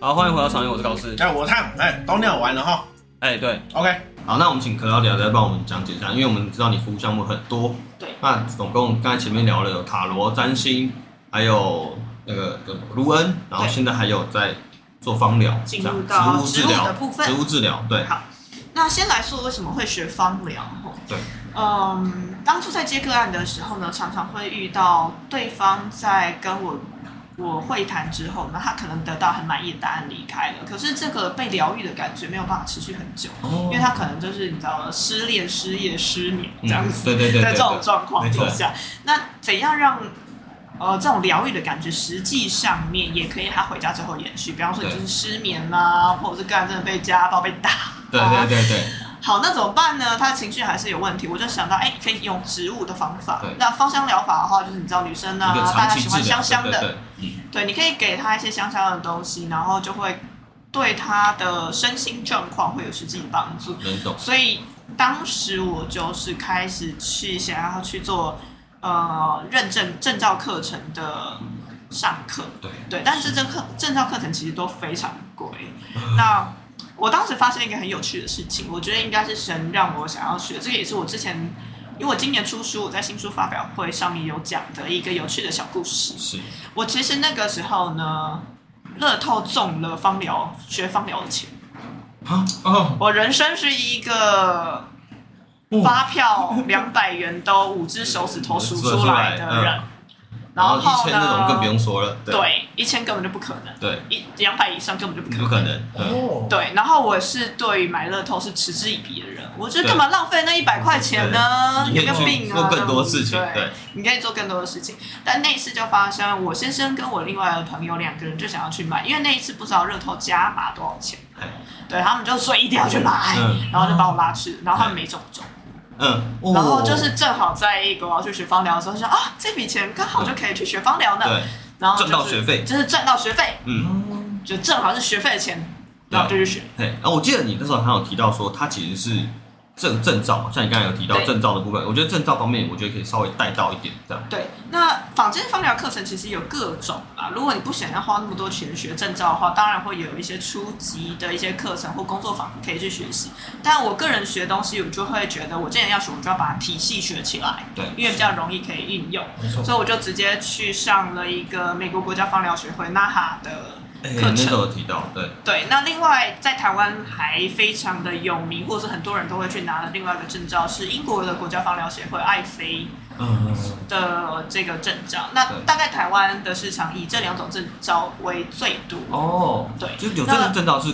好，欢迎回到常用，我是高斯。哎，我看，哎，都尿完了哈。哎、对， OK，好，那我们请可老聊再帮我们讲解一下，因为我们知道你服务项目很多。对。那总共刚才前面聊了有塔罗、占星，还有那个叫什么卢恩，然后对现在还有在做芳疗，这进样入到植物治植物疗的部分植物治疗，对，好，那先来说为什么会学芳疗？吼对，嗯，当初在接个案的时候呢，常常会遇到对方在跟我我会谈之后，那他可能得到很满意的答案离开了，可是这个被疗愈的感觉没有办法持续很久，因哦为他可能就是你知道失恋、失业、失眠这样子。嗯对对对在对这种对，状况没底错下，那怎样让呃这种疗愈的感觉，实际上面也可以他回家之后延续？比方说你就是失眠啦、或者是刚才真的被家暴被打。 对对对对，好，那怎么办呢？他的情绪还是有问题，我就想到，哎、可以用植物的方法对。那芳香疗法的话，就是你知道女生一个啊，大长家期喜治欢疗，香香的，对对对，嗯，对，你可以给他一些香香的东西，然后就会对他的身心状况会有实际的帮助。能懂，所以当时我就是开始去想要去做呃认证证照课程的上课，对，对，但是这课证照课程其实都非常贵。那我当时发生一个很有趣的事情，我觉得应该是神让我想要学，这个也是我之前，因为我今年出书，我在新书发表会上面有讲的一个有趣的小故事。是，我其实那个时候呢，乐透中了芳疗学芳疗的钱。啊哦，我人生是一个哦发票两百元都五只手指头数出来的数得出人来，然嗯然后后一千那种更不呢？用说了，对对，一千根本就不可能，对，一两百以上根本就不可有能。可能，嗯哦，对，然后我是对于买乐透是嗤之以鼻的人，我觉得对干嘛浪费那一百块钱呢？你有个可嗯以去病啊！做更多事情，对，对，你可以做更多的事情。但那一次就发生，我先生跟我另外的朋友两个人就想要去买，因为那一次不知道乐透加码多少钱哎，对他们就说一定要去买，嗯然后就把我拉去，然后他们没中中，嗯，然后就是正好在一个我要去学芳疗的时候，就想啊这笔钱刚好就可以去学芳疗呢，对，然后、就是、赚到学费就是赚到学费，嗯。就正好是学费的钱，对然后就去学。对，然啊后我记得你那时候还有提到说，它其实是证证照，像你刚才有提到对证照的部分，我觉得证照方面，我觉得可以稍微带到一点这样。对，那坊间芳疗课程其实有各种啦。如果你不想要花那么多钱学证照的话，当然会有一些初级的一些课程或工作坊可以去学习。但我个人学东西，我就会觉得我既然要学，我就要把体系学起来，对因为比较容易可以运用。没错。所以我就直接去上了一个美国国家芳疗学会纳哈的哎，课那时程。候有提到，对，对，那另外在台湾还非常的有名，或者是很多人都会去拿的另外一个证照是英国的国家芳疗协会爱妃。嗯，的这个证照。那对大概台湾的市场以这两种证照为最多。哦，对就是有这那个证照是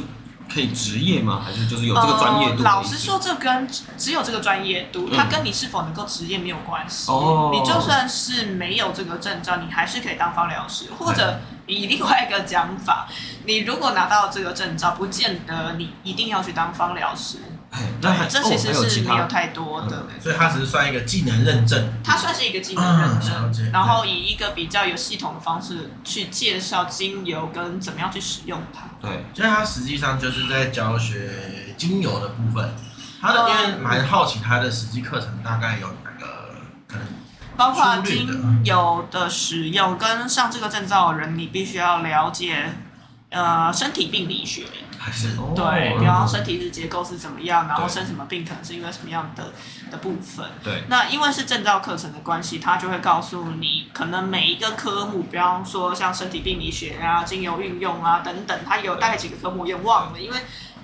可以职业吗？还是就是有这个专业度的意呃。思？老实说，这跟只有这个专业度，嗯它跟你是否能够职业没有关系。哦你就算是没有这个证照，你还是可以当芳疗师。或哎者以另外一个讲法，你如果拿到这个证照，不见得你一定要去当芳疗师。哎，那还对，这其哦实还有是其没有他嗯太多的。所以它只是算一个技能认证。它算是一个技能认嗯了解证，然后以一个比较有系统的方式去介绍精油跟怎么样去使用它。对，所以它实际上就是在教学精油的部分。它哦的因为蛮好奇它的实际课程大概有哪个可能？包括粗略的精油的使用跟上这个证照的人，你必须要了解。呃，身体病理学，还是哦对，嗯比方说身体的结构是怎么样，然后对生什么病，可能是因为什么样的的部分。对，那因为是证照课程的关系，它就会告诉你，可能每一个科目，比方说像身体病理学啊、精油运用啊等等，它有大概几个科目，我也忘了，因为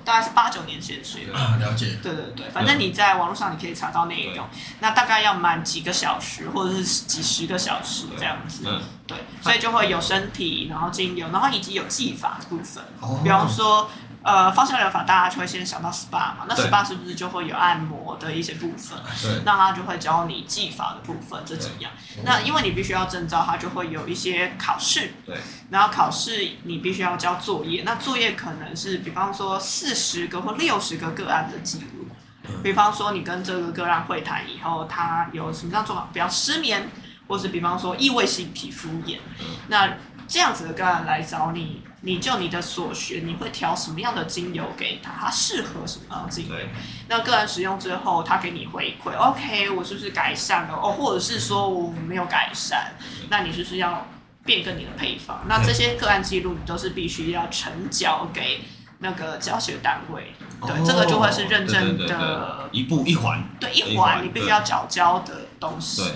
大概是八九年前学的。啊，了解。对对嗯对，反正你在网络上你可以查到内容，那大概要满几个小时或者是几十个小时这样子。嗯，对，所以就会有身体，然后精油，然后以及有技法的部分。哦嗯比方说，呃，芳香疗法大家就会先想到 SPA 嘛，那对 SPA 是不是就会有按摩的一些部分？哦对，那他就会教你技法的部分这几样。那因为你必须要证照，它就会有一些考试。对。然后考试你必须要交作业，那作业可能是比方说四十个或六十个个案的记录。嗯比方说你跟这个个案会谈以后，他有什么样做法，比方失眠，或是比方说异位性皮肤炎，嗯那这样子的个案来找你。你就你的所学，你会调什么样的精油给他？他适合什么样的精油？对，那个人使用之后，他给你回馈，OK，我是不是改善了？哦，或者是说我没有改善，那你就是要变更你的配方。那这些个案记录你都是必须要呈交给那个教学单位，对，哦这个就会是认证对对对对的，一步一环，对一一环环你必须要缴交的东西。对。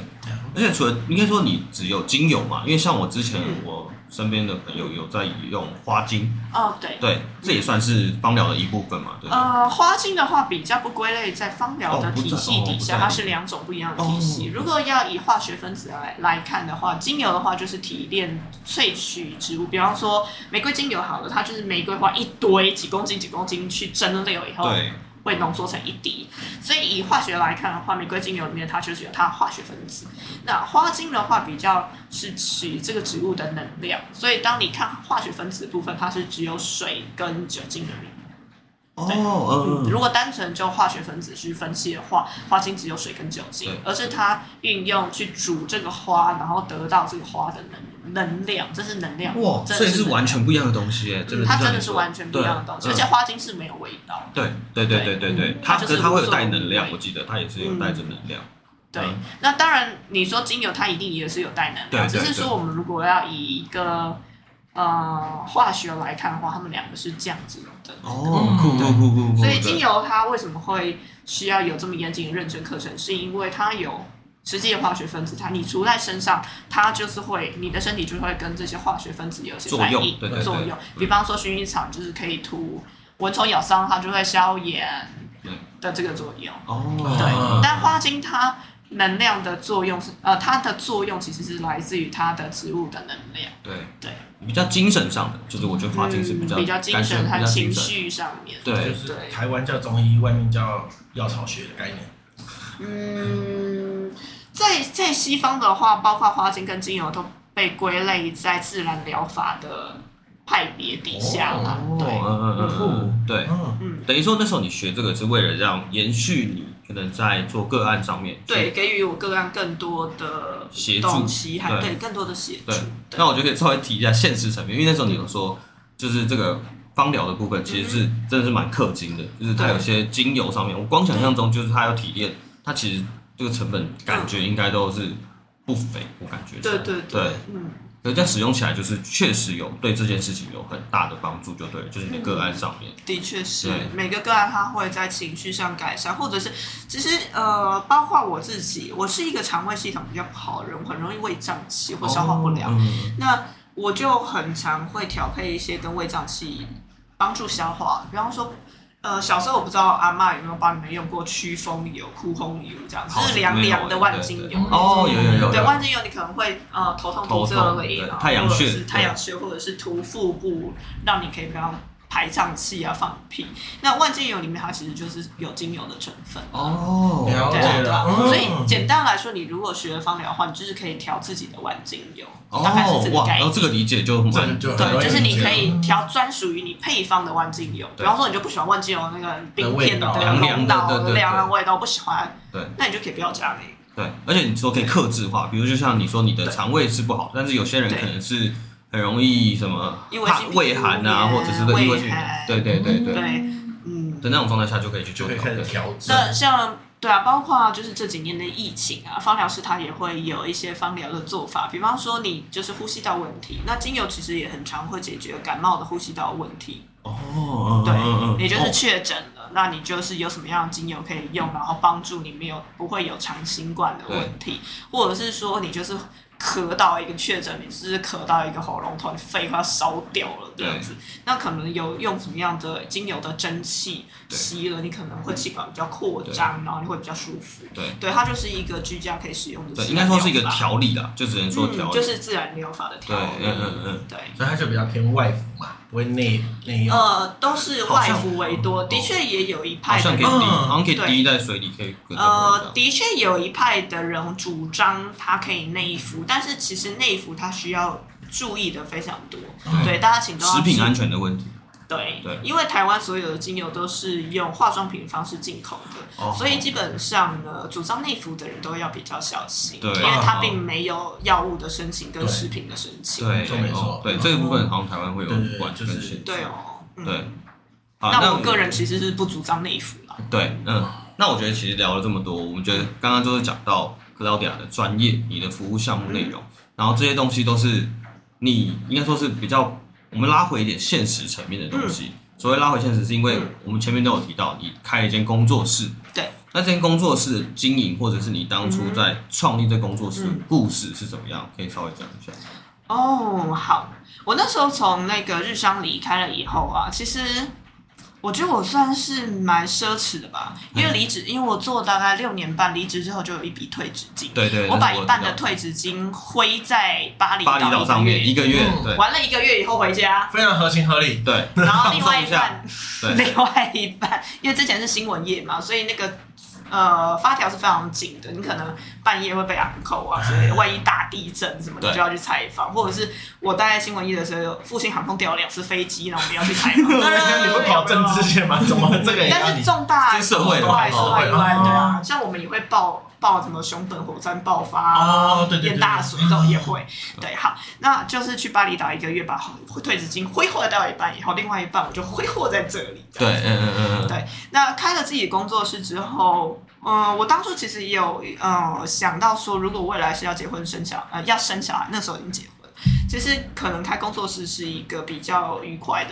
而且除了应该说你只有精油嘛，因为像我之前嗯我身边的朋友有在用花精，哦，对。对，这也算是芳疗的一部分嘛，对不对。呃，花精的话比较不归类在芳疗的哦不在体系底下，哦不在它是两种不一样的体系。哦如果要以化学分子来来看的话，精油的话就是提炼萃取植物，比方说玫瑰精油好了，它就是玫瑰花一堆几公斤几公斤去蒸馏以后对，会浓缩成一滴。所以以化学来看的话，玫瑰精油里面它就是有它的化学分子。那花精的话比较是取这个植物的能量，所以当你看化学分子的部分，它是只有水跟酒精的比例。哦，嗯，嗯，如果单纯就化学分子去分析的话，花精只有水跟酒精对，而是它运用去煮这个花，然后得到这个花的能能量，这是能量。哇，真所的以是嗯是完全不一样的东西耶，真的。它真的是完全不一样的东西，而对嗯且花精是没有味道。对对对对对对嗯，它它就可是是它会无有所带能量谓，我记得它也是有带着能量。对嗯，那当然你说精油它一定也是有带能量，对只对是说我们如果要以一个呃化学来看的话，它们两个是这样子的。哦嗯，酷酷酷酷酷。所以精对油它为什么会需要有这么严谨的认证课程，是因为它有实际的化学分子，它你除在身上，它就是会你的身体就会跟这些化学分子有一些反作应用对对对作用比方说薰衣草就是可以涂蚊虫咬伤，它就会消炎对的这个作用。哦对，但花精它能量的作用是呃，它的作用其实是来自于它的植物的能量，对对比较精神上的，就是我觉得花精是比较嗯、比较精感觉神比和较情精神，绪上面。对就，是对台湾叫中医，外面叫药草学的概念。嗯，在在西方的话，包括花精跟精油都被归类在自然疗法的派别底下啦。哦，对，嗯嗯嗯，对，嗯，嗯，等于说那时候你学这个是为了让延续你可能在做个案上面对，给予我个案更多的协助东西，还对对更多的协助对。对那我就可以稍微提一下现实层面，因为那时候你有说，就是这个芳疗的部分其实是真的是蛮氪金的，就是它有些精油上面，我光想象中就是它要提炼，它其实这个成本感觉应该都是不菲，我感觉对对对，嗯，可是这样使用起来就是确实有对这件事情有很大的帮助，就对了，就是你的个案上面，的确是对每个个案他会在情绪上改善，或者是其实呃，包括我自己，我是一个肠胃系统比较不好的人，我很容易胃胀气或消化不良。嗯那我就很常会调配一些跟胃胀气帮助消化，比方说，呃，小时候我不知道阿嬷有没有帮你们用过驱风油、枯烘油这样，就好是凉凉的万金对油对。对哦，有有有有，对，万金油你可能会呃头痛、肚头子痛累，对然后太阳或者穴是太阳穴，或者是涂腹部，让你可以不要排胀气啊、放屁。那万金油里面它其实就是有精油的成分。哦，了对解啊，对啊了，嗯所以简单来说，你如果学芳疗的话，你就是可以调自己的万精油，哦大概是这个哇，概然后念。这个理解就这蛮个就很对，容易就是你理解可了以调专属于你配方的万精油，比对方说你就不喜欢万精油那个饼片的的味道浓凉到凉的对对对凉的味道，不喜欢，对。那你就可以不要加那个。对，而且你说可以克制化，比如就像你说你的对肠胃是不好，但是有些人对可能是很容易什么因为怕性皮胃肤寒啊，炎或者是对胃因为性寒对对对对对的，嗯，那种状态下就可以去就救可以它。开始对调整。那像对啊，包括就是这几年的疫情啊，芳疗师他也会有一些芳疗的做法，比方说你就是呼吸道问题，那精油其实也很常会解决感冒的呼吸道问题。哦，对嗯嗯嗯，你就是哦确诊了，那你就是有什么样的精油可以用，然后帮助你没有不会有长新冠的问题，或者是说你就是咳到一个确诊，你就是咳到一个喉咙痛，你肺快要烧掉了这样子，那可能有用什么样的精油的蒸汽对吸了，你可能会气管比较扩张，然后你会比较舒服。对对，它就是一个居家可以使用的对，自应然疗该法，说是一个调理啦，就只能说调嗯，理。就是自然疗法的调对，理。嗯嗯嗯，对。所以它就比较偏外服嘛，不会内内用。呃，都是外好像嗯哦敷为多，的确也有一好派的像可以人滴，嗯好像可以对滴在水里，可以跟着呃，喝这样的确有一派的人主张它可以内服，但是其实内服它需要注意的非常多。对，大家请都要嗯食品安全。全的问题。对，对因为台湾所有的精油都是用化妆品方式进口的，哦所以基本上呢，主张内服的人都要比较小心，对因为它哦并没有药物的申请跟食品的申请。对，错没错哦对嗯这个部分好像台湾会有对对管就分是析。嗯对哦，嗯对，好那我们个人其实是不主张内服啦。对，嗯，那我觉得其实聊了这么多，我们觉得刚嗯刚就是讲到 Claudia 的专业，你的服务项目内容，然后这些东西都是你应该说是比较，我们拉回一点现实层面的东西。所谓拉回现实，是因为嗯我们前面都有提到，你开一间工作室，对，那这间工作室的经营，或者是你当初在创立这工作室的嗯故事是怎么样，可以稍微讲一下。哦，好，我那时候从那个日商离开了以后啊，其实我觉得我算是蛮奢侈的吧，因为嗯离职，因为我做大概六年半，离职之后就有一笔退职金，对对，我把那是一知半的道退职金挥在巴厘巴厘岛岛上面一个个月，嗯对月，玩了一个月以后回家，非常合情合理。对然后另外一 放半，对， 另外一半，因为之前是新闻业嘛，所以那个呃发条是非常紧的，你可能半夜会被昂扣啊之类 的，万一大地震什么的对就要去采访，或者是我待在新闻业的时候，有复兴航空掉了两次飞机，然后我们要去采访， 当然你不跑政治，线吗？怎么这个也要但你是？重大这是社会的意外、嘛社会意外哦，对啊，像我们也会报报什么熊本火山爆发啊哦，对对淹对，大水这种也会。对，好，那就是去巴厘岛一个月把退职金挥霍掉一半以后，另外一半我就挥霍在这里。对，嗯嗯嗯嗯嗯，对那开了自己工作室之后，嗯、我当初其实也有呃想到说，如果未来是要结婚生小呃要生小孩，那时候已经结婚，其实可能开工作室是一个比较愉快的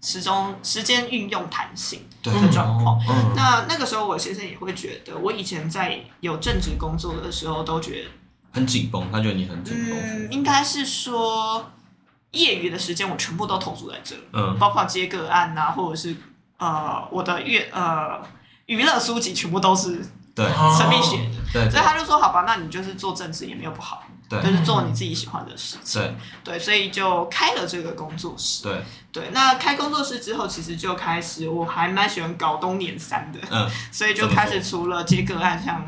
时钟时间运用弹性。对的状况嗯，那那个时候我先生也会觉得，我以前在有正职工作的时候都觉得，很紧绷，他觉得你很紧绷，嗯，应该是说业余的时间我全部都投注在这里。嗯，包括接个案呐、或者是呃我的乐呃娱乐书籍全部都是对哦生命写的，对所以对他就说好吧，那你就是做政治也没有不好，对就是做你自己喜欢的事情，对对，所以就开了这个工作室，对，对，那开工作室之后，其实就开始我还蛮喜欢搞东年三的，嗯，所以就开始除了接个案，像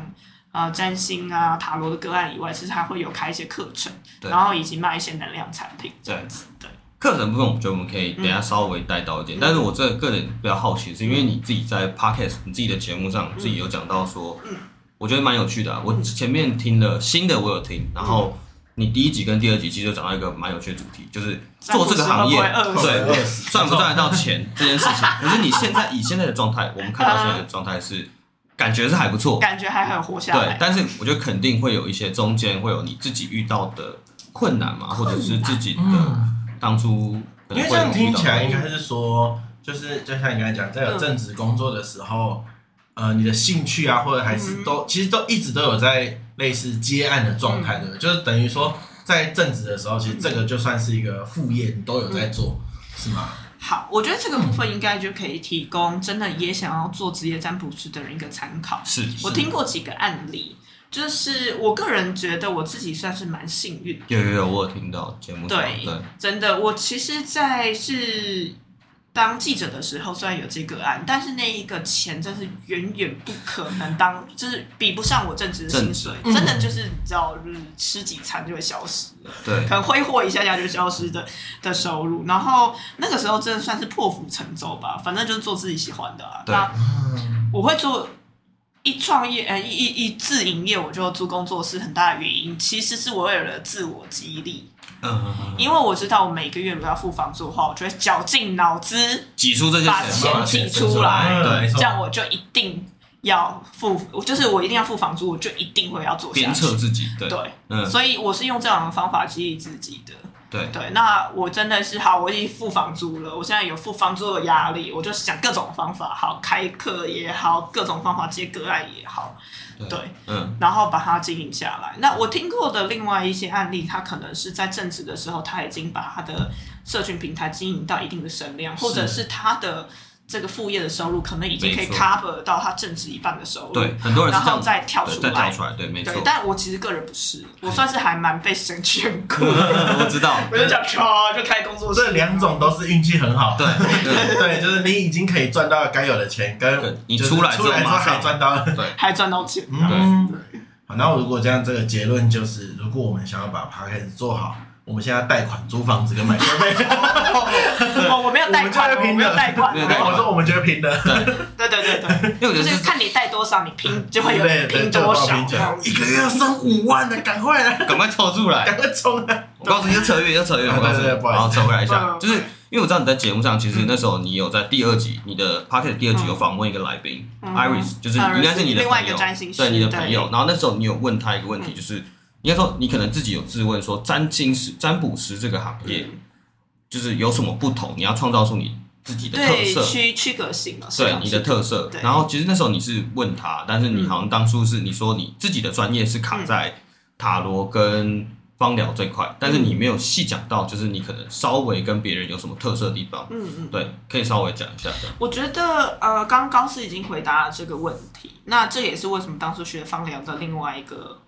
呃占星啊塔罗的个案以外，其实还会有开一些课程，对然后以及卖一些能量产品这样子，对，课程部分，我觉得我们可以等一下稍微带到一点。嗯但是我这个个人比较好奇，是因为你自己在 podcast 你自己的节目上，自己有讲到说，嗯我觉得蛮有趣的啊、我前面听了新的，我有听，然后你第一集跟第二集其实就讲到一个蛮有趣的主题，就是做这个行业，占卜师会不会饿死对，赚不赚得到钱这件事情。可是你现在以现在的状态，我们看到现在的状态是，感觉是还不错，感觉还很活下对来，，但是我觉得肯定会有一些中间会有你自己遇到的困难嘛，或者是自己的嗯，当初可因能会为这样听起来遇应该是说，就是就像你刚才讲，在有正职工作的时候，呃，你的兴趣啊，或者还是嗯都其实都一直都有在类似接案的状态，嗯对不对？就是等于说在正职的时候，其实这个就算是一个副业，你都有在做，嗯是吗？好，我觉得这个部分应该就可以提供真的也想要做职业占卜师的人一个参考到。是，是我听过几个案例，就是我个人觉得我自己算是蛮幸运的，有有有，我有听到节目上对对真的。我其实，在是当记者的时候，虽然有这个案，但是那一个钱真是远远不可能当，就是比不上我正职的薪水，正职真的就是你知道，就是吃几餐就会消失了。对可能挥霍一下下就消失的的收入。然后那个时候真的算是破釜沉舟吧，反正就是做自己喜欢的、啊。对那嗯，我会做一创业，呃，一一一自营业，我就租工作室。很大的原因其实是我为了自我激励，嗯，因为我知道我每个月如果要付房租的话，我就会绞尽脑汁，挤出这些把钱钱嘛，把提钱出来，嗯对没错这样我就一定要付，就是我一定要付房租，我就一定会要做下鞭策去。自己，对对，嗯所以我是用这样的方法激励自己的。对对，那我真的是好，我已经付房租了，我现在有付房租的压力，我就想各种方法，好开课也好，各种方法接个案也好，对，嗯然后把它经营下来。那我听过的另外一些案例，他可能是在正职的时候，他已经把他的社群平台经营到一定的声量，或者是他的这个副业的收入可能已经可以没错 cover 到他正职一半的收入，对，很多人然是这后样再跳对出再跳来。出来，对，没错对，，但我其实个人不是，我算是还蛮被神眷 顾的。我知道，我就讲唰就开工作室，这两种都是运气很好，对对 对，就是你已经可以赚到该有的钱，对跟你就是出来之出后来之后马上还赚到了。对还赚到 钱。嗯，好，那如果这样，这个结论就是，如果我们想要把 p a c k a g e 做好，我们现在贷款租房子跟买设备，我我没有贷款，我我们就会拼的没有贷款。 没有对贷款我说我们觉得拼的，对对对因为我对，就觉得是这看你贷多少，你拼就会有人对拼对，多少。就有一个月要生五万的，赶快来，赶快凑出来，赶快冲啊来！我告诉你，就扯远，就扯远，啊我告诉你，对对对不好意思然后扯回来一下，嗯就是因为我知道你在节目上，其实那时候你有在第二集，你的 p o c k e t 第二集有访问一个来宾嗯，Iris，就是 Iris，应该是你的另外一朋个友占星，师对你的对朋友。然后那时候你有问他一个问题，就是应该说你可能自己有质问说占星师、占卜师这个行业、嗯就是有什么不同，你要创造出你自己的特对色，区区隔性嘛，是对吧你的特色对。嗯然后其实那时候你是问他，但是你好像当初是你说你自己的专业是卡在塔罗跟芳疗这嗯块，但是你没有细讲到，就是你可能稍微跟别人有什么特色的地方。嗯嗯。对，可以稍微讲一下这样。我觉得呃，刚刚是已经回答了这个问题，那这也是为什么当初学芳疗的另外一个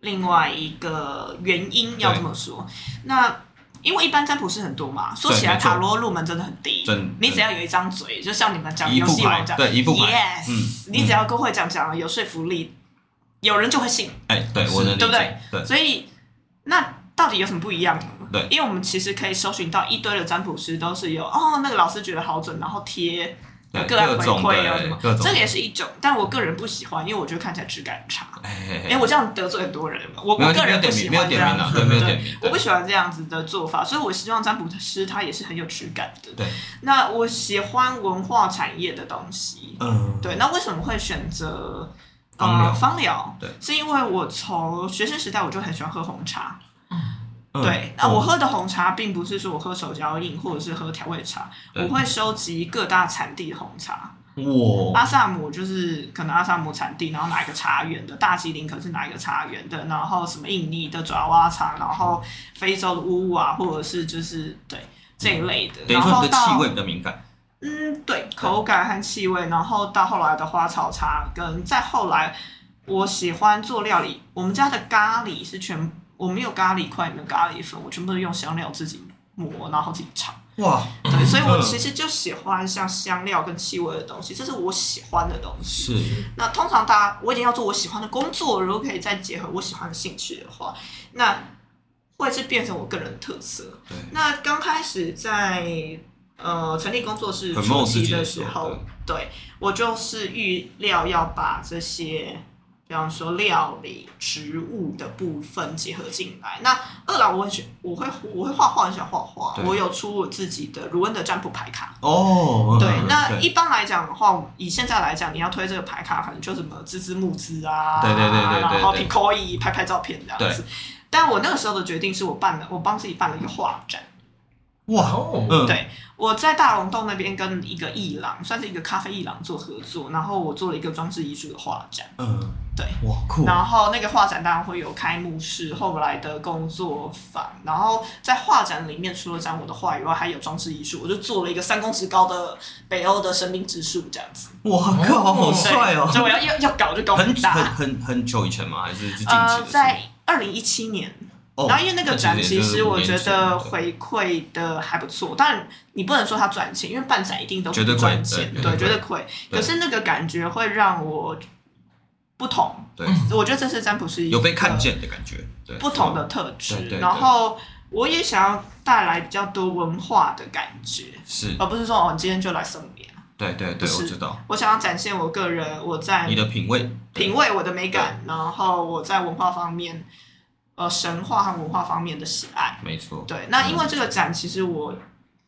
另外一个原因，要这么说。那因为一般占卜师很多嘛，说起来没错塔罗入门真的很低真，你只要有一张嘴，就像你们讲一游副戏王牌，讲对，一副牌。 ，yes，、嗯你只要够会讲讲了有说服力，有人就会信。哎，对，我能理对不解。对，所以那到底有什么不一样呢？对因为我们其实可以搜寻到一堆的占卜师都是有哦，那个老师觉得好准，然后贴对个案各回种馈的啊什么各，种这个也是一种，但我个人不喜欢，因为我觉得看起来质感很差。哎哎哎、哎，我这样得罪很多人嘛，我没我关系，个没有人不点名，喜没有欢这点名样啊，子，对，没有点名。我不对喜欢这样子的做法，所以我希望占卜师他也是很有质感的。对，那我喜欢文化产业的东西，嗯，对，那为什么会选择芳疗呃芳疗？对，是因为我从学生时代我就很喜欢喝红茶。嗯对，那我喝的红茶并不是说我喝手摇饮或者是喝调味茶，对我会收集各大产地的红茶。哇，阿萨姆就是可能阿萨姆产地，然后哪一个茶园的，大吉岭可是哪一个茶园的，然后什么印尼的爪哇茶，然后非洲的乌瓦，或者是就是对这一类的。嗯等于然说后你的气到味比较敏感。嗯，对，口感和气味，然后到后来的花草茶，跟再后来，我喜欢做料理。我们家的咖喱是全，我没有咖喱块，也没有咖喱粉，我全部都用香料自己磨，然后自己炒。哇，对，所以我嗯其实就喜欢像香料跟气味的东西，这是我喜欢的东西。是，那通常大家我已经要做我喜欢的工作，如果可以再结合我喜欢的兴趣的话，那会是变成我个人的特色。对，那刚开始在呃成立工作室很初梦世期界的的时时候候，对我就是预料要把这些，比方说料理、植物的部分结合进来。那二来我很喜我会我会画画，很喜欢画画，对我有出我自己的卢恩的占卜牌卡。哦，对嗯，那一般来讲的话，以现在来讲，你要推这个牌卡，可能就什么滋滋募资啊，对对对对对对然后 p i c o i 拍拍照片这样子。但我那个时候的决定是我办了，我帮自己办了一个画展。哇，哦，嗯，对我在大龙洞那边跟一个艺廊，算是一个咖啡艺廊做合作，然后我做了一个装置艺术的画展，嗯，对，哇，酷，然后那个画展当然会有开幕式、后来的工作坊，然后在画展里面除了展我的画以外，还有装置艺术，我就做了一个三公尺高的北欧的生命之树这样子，哇靠，好对帅哦！所以我要要要搞就搞很大，很很很久以前吗？还是是近期的事呃，情？在二零一七年，哦，然后因为那个展，那其也就是实我觉得五年前回馈的还不错，但你不能说它赚钱，因为办展一定都是绝对不亏赚钱，对对，绝绝对对亏。对可是那个感觉会让我不同，对我觉得这是占卜师对有被看见的感觉，对，不同的特质对对，对然后我也想要带来比较多文化的感觉，是，而不是说哦，你今天就来送你啊。对对不对，是我知道我想要展现我个人，我在你的品味，对品味我的美感，然后我在文化方面，呃，神话和文化方面的喜爱。没错，对，那因为这个展其实我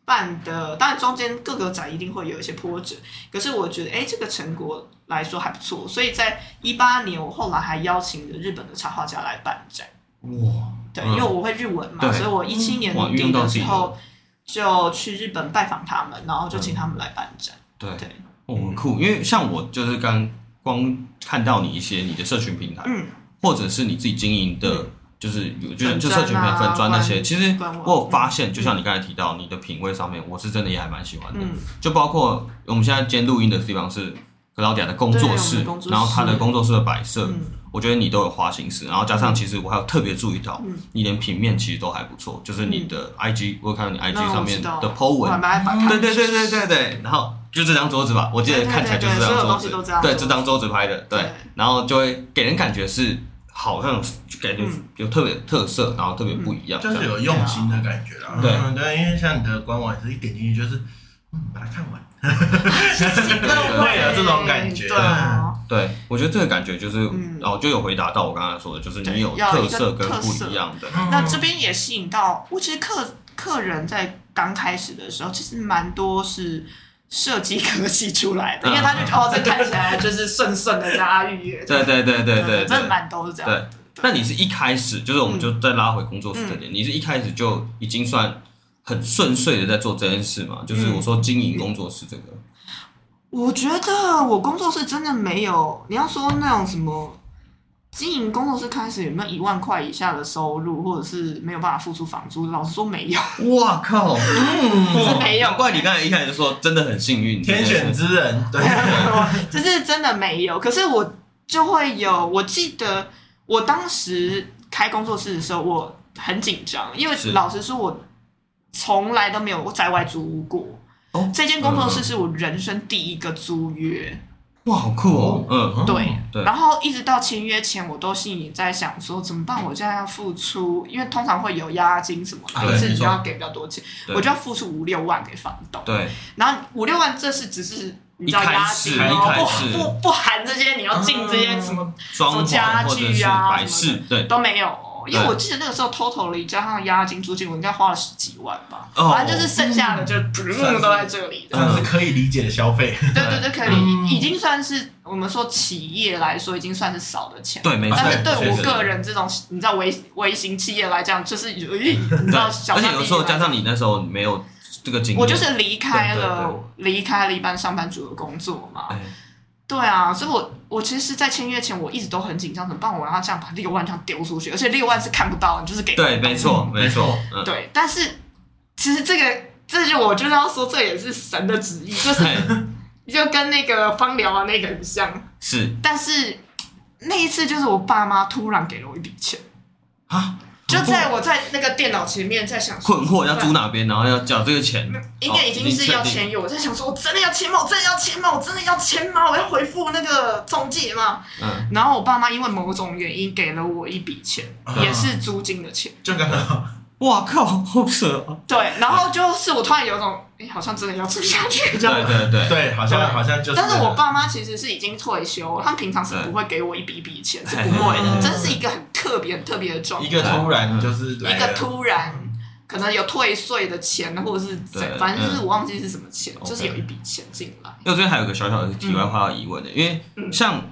办的，当然中间各个展一定会有一些波折，可是我觉得哎、诶这个成果来说还不错，所以在一八年我后来还邀请了日本的插画家来办展，哇，对，嗯因为我会日文嘛，对所以我一七年哇运底用到的自己时的候就去日本拜访他们，然后就请他们来办展，对，对，哦，很酷。因为像我就是刚光看到你一些你的社群平台，嗯，或者是你自己经营的，就是有就粉就专社群平台啊粉砖那官些，其实官网嗯我有发现，就像你刚才提到，你的品味上面，我是真的也还蛮喜欢的嗯。就包括我们现在今天录音的地方是格劳迪亚的工对我作们室工作，室然后他的工作室的摆设嗯，我觉得你都有花心思。然后加上，其实我还有特别注意到嗯，你连平面其实都还不错，就是你的 IG，我有看到你 IG 那哦上我知面道的 po 我还文，蛮爱摆摊对对对对对对，然后就这张桌子吧，我记得看起来就是对对对对这所有张桌东西都这样子，对，这张桌子拍的，对对，然后就会给人感觉是好像就感觉嗯有特别特色，然后特别不一样，就是有用心的感觉啦。对嗯对，因为像你的官网也是一点进去就是，嗯，把它看完。会 会有这种感觉对啊。对，我觉得这个感觉就是，嗯哦，就有回答到我刚才说的，就是对你有要有一特个色跟特色不一样的，那这边也吸引到，我其实客客人在刚开始的时候，其实蛮多是设计科系出来嗯的，因为他就觉得哦，这看起来就是顺顺的家预约，对对对对对真对的蛮都是这样的。对，那你是一开始就是我们就再拉回工作室这嗯点，你是一开始就已经算很顺遂的在做这件事嗯嘛？就是我说经营工作室这个，我觉得我工作室真的没有，你要说那种什么经营工作室开始有没有一万块以下的收入，或者是没有办法付出房租，老实说没有。哇靠，嗯 没有难怪你刚才一开始就说真的很幸运，天选之人，对， 就是真的没有。可是我就会有，我记得我当时开工作室的时候，我很紧张，因为是老实说，我从来都没有在外租屋过。哦这间工作室是我人生第一个租约，哇，好酷哦，嗯，对。对，然后一直到签约前，我都心里在想说怎么办？我现在要付出，因为通常会有押金什么啊的，对一次没你错就要给比较多钱，对我就要付出五六万给房东。对，然后五六万这是只是你知道一开押始金哦一开始不不不含这些，你要进这嗯些什么啊装潢啊或者是摆什饰，对，都没有哦、因为对我记得那个时候 total 里加上押金、租金，我应该花了十几万吧。哦嗯反正就是剩下的就算是都在这里。算是可以理解的消费。对对对，可以，嗯已经算是我们说企业来说，已经算是少的钱。对，没错但是。对对我对个人这种你知道微微型企业来讲，就是有一你知对，道小而且商有品时候来加上你那时候没有这个经验，我就是离开对了对离开了一般上班族的工作嘛。哎对啊，所以我我其实，在签约前我一直都很紧张，怎么办？我要这样把六万这样丢出去，而且六万是看不到，你就是给对，没错，没错，嗯，对。但是其实这个这就我就是要说，这也是神的旨意，就是对，就跟那个芳疗啊那个很像。是但是那一次就是我爸妈突然给了我一笔钱，啊，就在我在那个电脑前面在想说啊困惑要租哪边，然后要缴这个 钱，应该已经是要签哦约，我在想说，我真的要签吗？我真的要签吗？我真的要签吗？我要回复那个中介吗？嗯，然后我爸妈因为某种原因给了我一笔钱，啊也是租金的钱。就刚刚哇靠，好扯哦，对，然后就是我突然有种，哎、好像真的要住下去这对样。对对，对，好 像对好像就是。但是我爸妈其实是已经退休，他们平常是不会给我一笔笔钱，是不会的。嗯 真是一个很特别、很特别的状一态，个突然就是来一了个突然可能有退税的钱，或者是怎对反正就是我忘记是什么钱，嗯就是有一笔钱进来。因为我这边还有个小小的题外话要疑问的，因为嗯像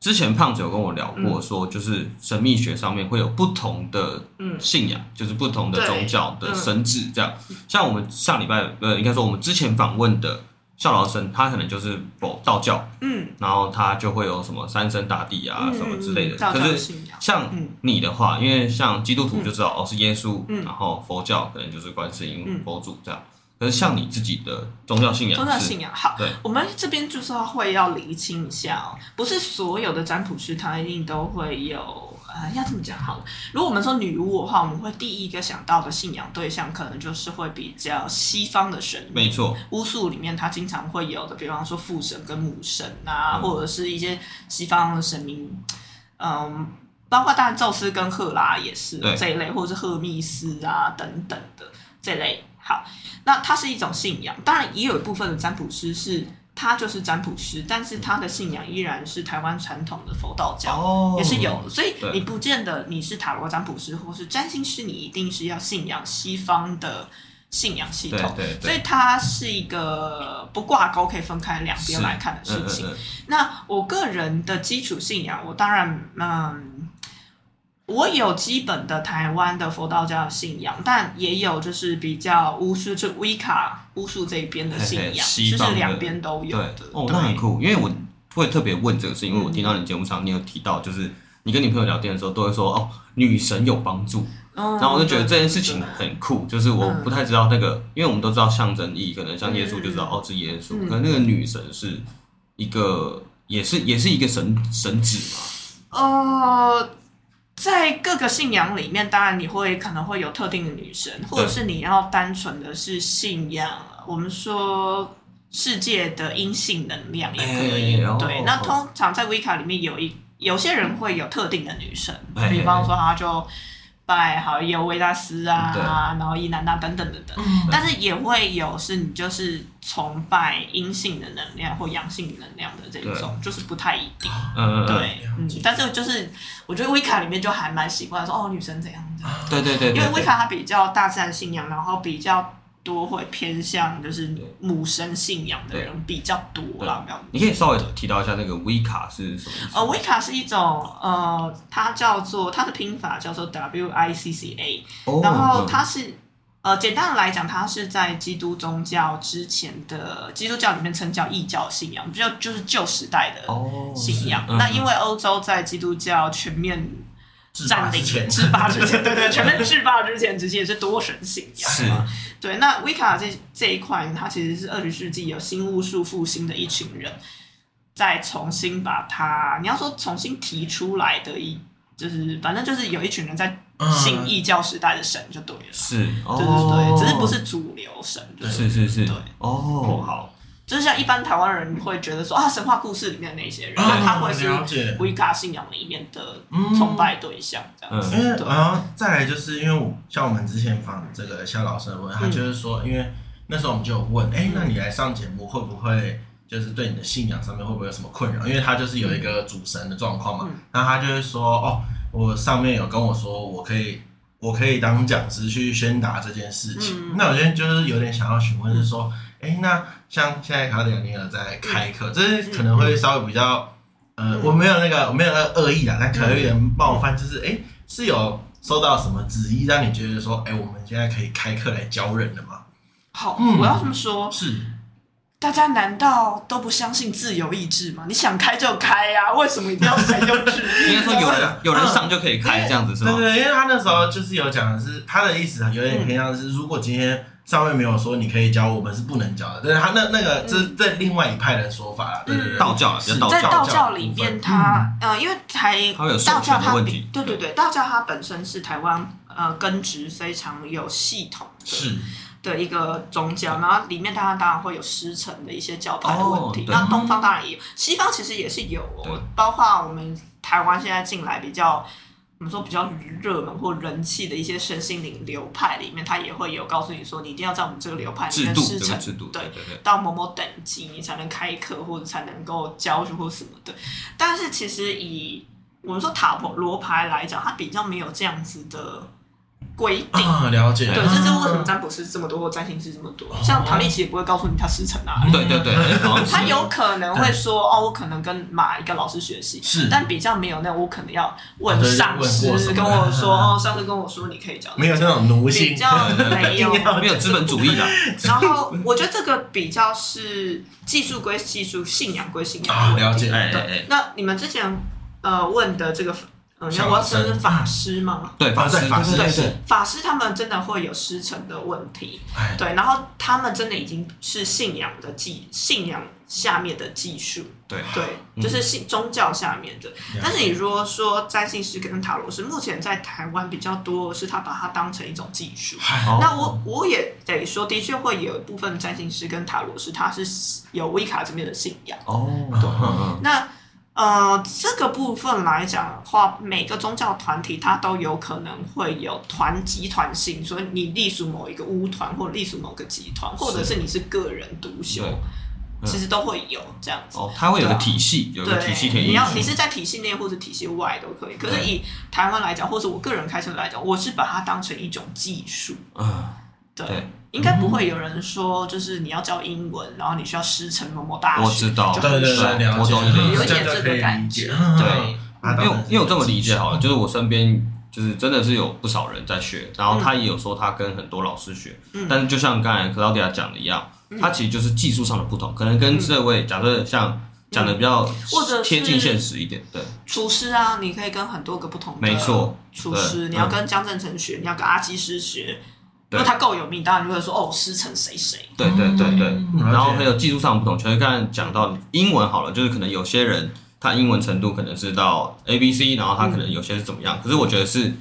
之前胖子有跟我聊过，说就是神秘学上面会有不同的嗯信仰，就是不同的对宗教的嗯神智这样。像我们上礼拜，呃，应该说我们之前访问的校老生，他可能就是否道教，嗯，然后他就会有什么三生大帝啊嗯什么之类的。道教可是信仰像嗯你的话，因为像基督徒就知道、哦是耶稣，嗯然后佛教可能就是观世音、嗯佛祖这样。可是像你自己的宗教信仰宗教是信仰好对，我们这边就是会要厘清一下哦，不是所有的占卜师他一定都会有，呃，要这么讲好了。如果我们说女巫的话，我们会第一个想到的信仰对象可能就是会比较西方的神没明，错，巫术里面它经常会有的，比方说父神跟母神啊，嗯或者是一些西方的神明，嗯，包括当然宙斯跟赫拉也是对这一类，或者是赫密斯啊等等的这类。好，那它是一种信仰，当然也有一部分的占卜师是他就是占卜师，但是他的信仰依然是台湾传统的佛道教。哦也是有，所以对你不见得你是塔罗占卜师或是占星师，你一定是要信仰西方的信仰系对统。对对，所以它是一个不挂钩，可以分开两边是来看的事情。嗯嗯那我个人的基础信仰，我当然嗯，我有基本的台湾的佛道教信仰，但也有就是比较巫术，就维卡巫术这一边的信嘿嘿仰， 西就方是的两边都嗯有对的。哦，对那很酷，因为我会特别问这个事，因为我嗯听到你节目上你有提到，就是你跟你朋友聊天的时候都会说哦，女神有帮助，嗯然后我就觉得这件事情对很酷，就是我嗯不太知道那个，因为我们都知道象征意义，可能像耶稣就知道嗯哦是耶稣，嗯可能那个女神是一个也是也是一个神神旨嘛，呃，在各个信仰里面，当然你会可能会有特定的女神，或者是你要单纯的是信仰，我们说世界的阴性能量也可以。哎哦对，那通常在 Wicca 里面有一有些人会有特定的女神，哎比方说他就。拜好也有维纳斯嗯对啊，然后伊南娜等等等等，嗯但是也会有是你就是崇拜阴性的能量或阳性能量的这对种，就是不太一定。嗯嗯嗯对，嗯了解，但是就是我觉得 Wicca 里面就还蛮习惯说哦，女神怎样怎样，对对因对，为对 Wicca 它比较大自然信仰，然后比较多会偏向就是对母神信仰的人比较多啦，没有。你可以稍微提到一下那个 V 卡是什么意思？呃维卡是一种呃，它叫做它的拼法叫做 W I C C A，哦然后嗯它是呃，简单的来讲，它是在基督宗教之前的基督教里面称叫异教信仰，比较就是旧时代的哦信仰。是嗯那因为欧洲在基督教全面制霸占嗯之领前，制霸之前，对对，全面制霸之前，其实也是多神信仰。是对，那维卡这这一块，它其实是二十世纪有新巫术复兴的一群人，再重新把它，你要说重新提出来的一，就是反正就是有一群人在嗯信异教时代的神就对了。是，哦对对对，只是不是主流神，就是是是是对哦好就是像一般台湾人会觉得说啊，神话故事里面那些人，啊那他会是了解维卡信仰里面的崇拜对象这样子。因嗯为对然后再来就是因为我像我们之前访这个夏老师的问，他嗯就是说，因为那时候我们就有问，哎、那你来上节目会不会就是对你的信仰上面会不会有什么困扰？因为他就是有一个主神的状况嘛嗯，然后他就会说，哦，我上面有跟我说，我可以我可以当讲师去宣达这件事嗯情。那我今天就是有点想要询问是说，哎、那像现在卡迪亚尼尔在开课，这是可能会稍微比较。呃，嗯我没有那个，我没有那个恶意啊，但可能有点冒犯，就是哎、诶是有收到什么旨意让你觉得说，哎、我们现在可以开课来教人了吗？好，嗯我要这么说，是，大家难道都不相信自由意志吗？你想开就开呀、为什么一定要神有旨意？应该说有人有人上就可以开嗯这样子是对吗对？对，因为他那时候就是有讲的是他的意思，啊有点偏向是，如果今天上面没有说你可以教，我们是不能教的。但是他那那个这是这另外一派的说法啦，对对对，道教啊比是较道在教道教教的里部面分它，呃，因为台嗯它会有授道教权的它问比题对对对，道教它本身是台湾呃根植非常有系统的是的一个宗教，然后里面当然当然会有师承的一些教派的问哦题。对那东方当然也有，西方其实也是有、对哦，包括我们台湾现在进来比较。我们说比较热门或人气的一些身心灵流派里面，它也会有告诉你说，你一定要在我们这个流派里制面度师这个承，制度对对对对到某某等级你才能开课或者才能够教或什么的。但是其实以我们说塔罗罗牌来讲，它比较没有这样子的规定，啊，哦了解，对，这就是为什么啊占卜师这么多，或占星师这么多。像唐立奇也不会告诉你他师承嗯哪里，对对对嗯对，好像是他有可能会说哦，我可能跟哪一个老师学习，是但比较没有那我可能要问啊对上问过什司么跟我说哦，上司跟我说你可以教，没有那种奴性比，较对对对没有一定。要没有资本主义啦，然后我觉得这个比较是技术归技术，信仰归信仰啊，的问题。了解，哎哎对哎，，那你们之前呃问的这个，嗯，你要我要称是法师吗？对啊法对师法师对是对法师他们真的会有师承的问题，哎对，然后他们真的已经是信仰的技，信仰下面的技术，对对对，就是信宗教下面的。但是你如果说占星师跟塔罗师，目前在台湾比较多的是他把它当成一种技术。嗨那我我也得说，的确会有一部分占星师跟塔罗师，他是有威卡这边的信仰。哦，对嗯那呃，这个部分来讲的话，每个宗教团体它都有可能会有团集团性，所以你隶属某一个巫团，或隶属某个集团，或者是你是个人独修对，嗯其实都会有这样子。哦，它会有个对啊体系，有个体系可对，以你依要循你是在体系内或者体系外都可以。可是对以台湾来讲，或者我个人开车来讲，我是把它当成一种技术。嗯对，对应该嗯不会有人说，就是你要教英文，然后你需要师承某某大学。我知道就对很对对，帅了解，嗯我懂你的意有思一点这个感觉，对对，啊因为当然是因为我这么理解好了，就是我身边就是真的是有不少人在学，然后他也有说他跟很多老师学，嗯但是就像刚才 Claudia 讲的一样，他其实就是技术上的不同，可能跟这位假设像讲的比较嗯或者是贴近现实一点，对，厨师啊，你可以跟很多个不同的没错厨师，对嗯你要跟江正成学，你要跟阿基师学，如对果他够有名，当然你会说哦，师承谁谁。对对对对嗯，然后了解还有技术上的不同，就是刚才讲到英文好了，就是可能有些人他英文程度可能是到 A B C，然后他可能有些是怎么样，可是我觉得是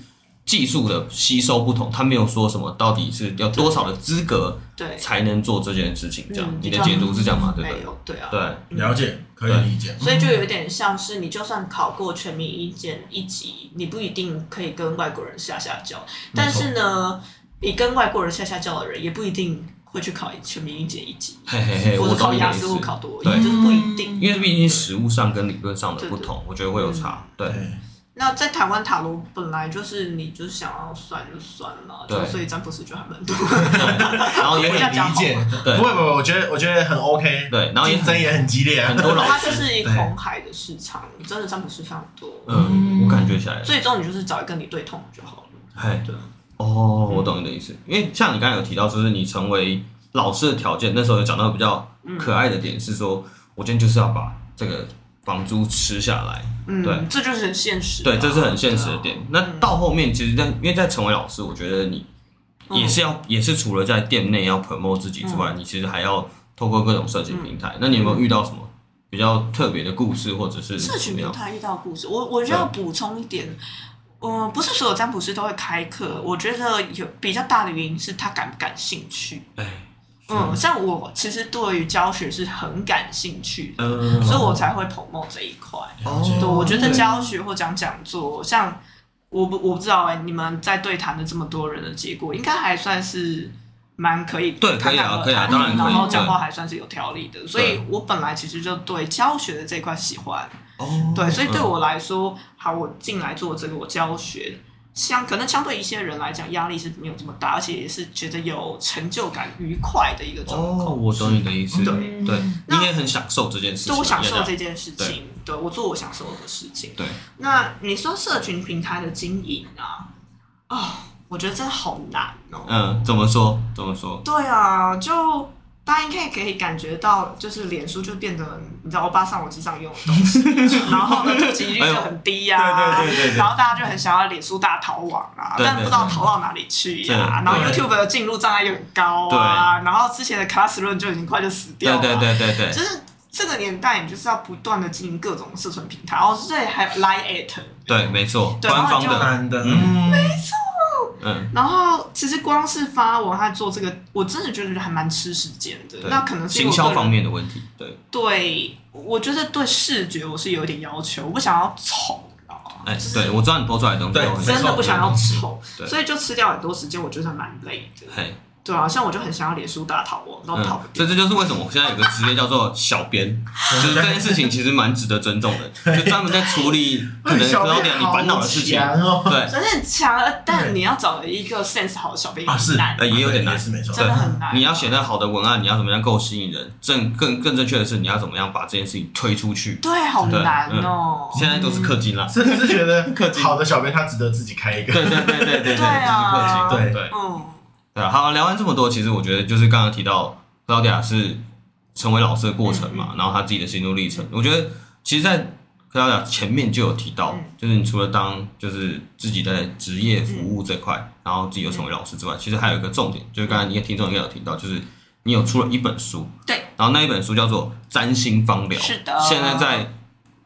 技术的吸收不同，他没有说什么到底是要多少的资格对，才能做这件事情，这样嗯你的解读是这样吗？对不没对？有，对啊，对，了解，可以对理解，所以就有点像是你就算考过全民一检一级，你不一定可以跟外国人下下教，但是呢，你跟外国人下下教的人也不一定会去考全民一检一级，嘿嘿嘿，或我者考懂你的雅意思思或，考多对一，就是不一定。因为毕竟实物上跟理论上的不同，我觉得会有嗯差，对对。那在台湾塔罗本来就是你就是想要算就算了，就对所以占卜师就还蛮 多。然后也我很想理解，对不会不会，我觉得我觉得很 OK，对，然后也竞很争也很激烈啊很。多老它就师，是一个对红海的市场，真的占卜师非常多。嗯，我感觉起来了，最终你就是找一个你对痛就好了。嘿，对，哦，我懂你的意思，因为像你刚才有提到，就是你成为老师的条件，那时候有讲到比较可爱的点是说，我今天就是要把这个房租吃下来，对嗯，这就是很现实的啊。对，这是很现实的点对啊。那到后面，其实在因为在成为老师，我觉得你嗯也是要，也是除了在店内要 promote 自己之外，你其实还要透过各种社群平台。那你有没有遇到什么比较特别的故事，或者是社怎群么样平？台遇到的故事，我我就要补充一点，嗯，不是所有占卜师都会开课，我觉得有比较大的原因是他感不感兴趣。哎，嗯，像我其实对于教学是很感兴趣的，嗯所以我才会 promote 这一块。哦对，我觉得对教学或讲讲座，像我不我不知道哎、你们在对谈的这么多人的结果，应该还算是蛮可以对可以啊侃侃而可以啊谈当然然可以后讲对话还算是有条理的，所以我本来其实就对教学的这一块喜欢，哦对，所以对我来说，好，我进来做这个我教学。相可能相对一些人来讲，压力是没有这么大，而且也是觉得有成就感、愉快的一个状况。哦，我懂你的意思，对对，那应该很享受这件事情，就我享应该受样这件事情，对我做我享受的事情。对，那你说社群平台的经营啊，哦，我觉得真的好难哦。嗯，怎么说怎么说，对啊，就大家应该可以感觉到，就是脸书就变得，你知道，欧巴桑我经常用的东 西，然后呢，就几率就很低呀、啊哎呦对对对对对然后大家就很想要脸书大逃亡啊，对对但不知道逃到哪里去呀、对然后对 YouTube 的进入障碍又很高啊，然后之前的 Classroom 就已经快就死掉对了、啊对对对对，就是这个年代，你就是要不断的经营各种社群平台，然后这里还 Line at，对，没错，对官然方后就的，难的，嗯嗯，嗯，然后其实光是发文和做这个，我真的觉得还蛮吃时间的对。那可能是因行为我销对方面的问题，对，对，我觉得对视觉我是有点要求，我不想要丑，你知道吗？哎，对我知道你播出来的东西，对我很真没的错不想要丑对，所以就吃掉很多时间，我觉得蛮累的。嗯嘿，对啊，像我就很想要脸书大逃亡，都逃不嗯，掉所以。这就是为什么我现在有个职业叫做小 编，就是这件事情其实蛮值得尊重的，就专门在处理可能小有编点你烦恼的事情，啊好强哦对，真的很强，啊但对你要找一个 sense 好的小编啊很是难，呃，也有点难也，是没错，真的很难。你要写得好的文案，你要怎么样够吸引人？正更更正确的是，你要怎么样把这件事情推出去？对，好对嗯难哦。现在都是氪金啦，甚至是觉 得氪金好的小编他值得自己开一个，对对对对对对，这是对 啊氪金，对对嗯，对啊。好，聊完这么多，其实我觉得就是刚刚提到 Claudia 是成为老师的过程嗯嘛，然后她自己的心路历程，我觉得其实，在 Claudia 前面就有提到嗯，就是你除了当就是自己在职业服务这块，嗯然后自己又成为老师之外，其实还有一个重点，就是刚才你也听众应该有听到，就是你有出了一本书，对，然后那一本书叫做《占星芳疗》，是的现在在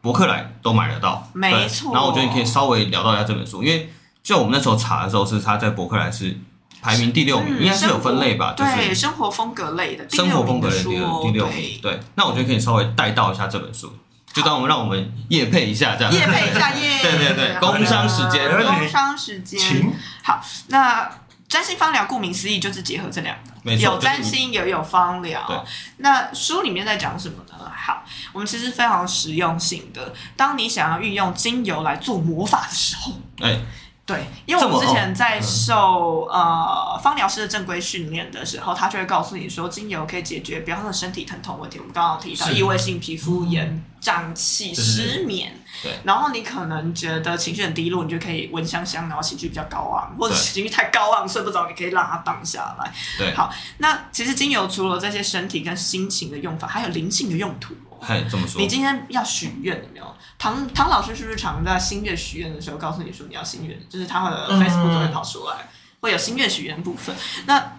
博客来都买得到，没对错然后我觉得你可以稍微聊到一下这本书，因为就我们那时候查的时候，是它在博客来是排名第六名，嗯应该是有分类吧，就生活对，是生活风格类的，第生六活名风格的类书第哦二第六名 对。，对，那我觉得可以稍微带到一下这本书，就当我们让我们夜配一下这样，夜配一下耶！对对对工商时间好的没问题工商时间请。好，那占星芳疗，顾名思义就是结合这两个， 没错有就是占星也有芳疗对。那书里面在讲什么呢？好，我们其实非常实用性的，当你想要运用精油来做魔法的时候，哎，哦对，因为我这么们之前在受、嗯呃芳疗师的正规训练的时候，他就会告诉你说，精油可以解决，比方说身体疼痛问题，我们刚刚有提到是异位性皮肤炎、胀气、对失眠。对然后你可能觉得情绪很低落，你就可以闻香香，然后情绪比较高昂，或者对情绪太高昂睡不着，你可以让它荡下来。对，好，那其实精油除了这些身体跟心情的用法，还有灵性的用途哦、嘿，这么说你，今天要许愿有没有？唐唐老师是不是常在新月许愿的时候告诉你说你要心愿，就是他的嗯 Facebook 都会跑出来，会有心愿许愿部分。那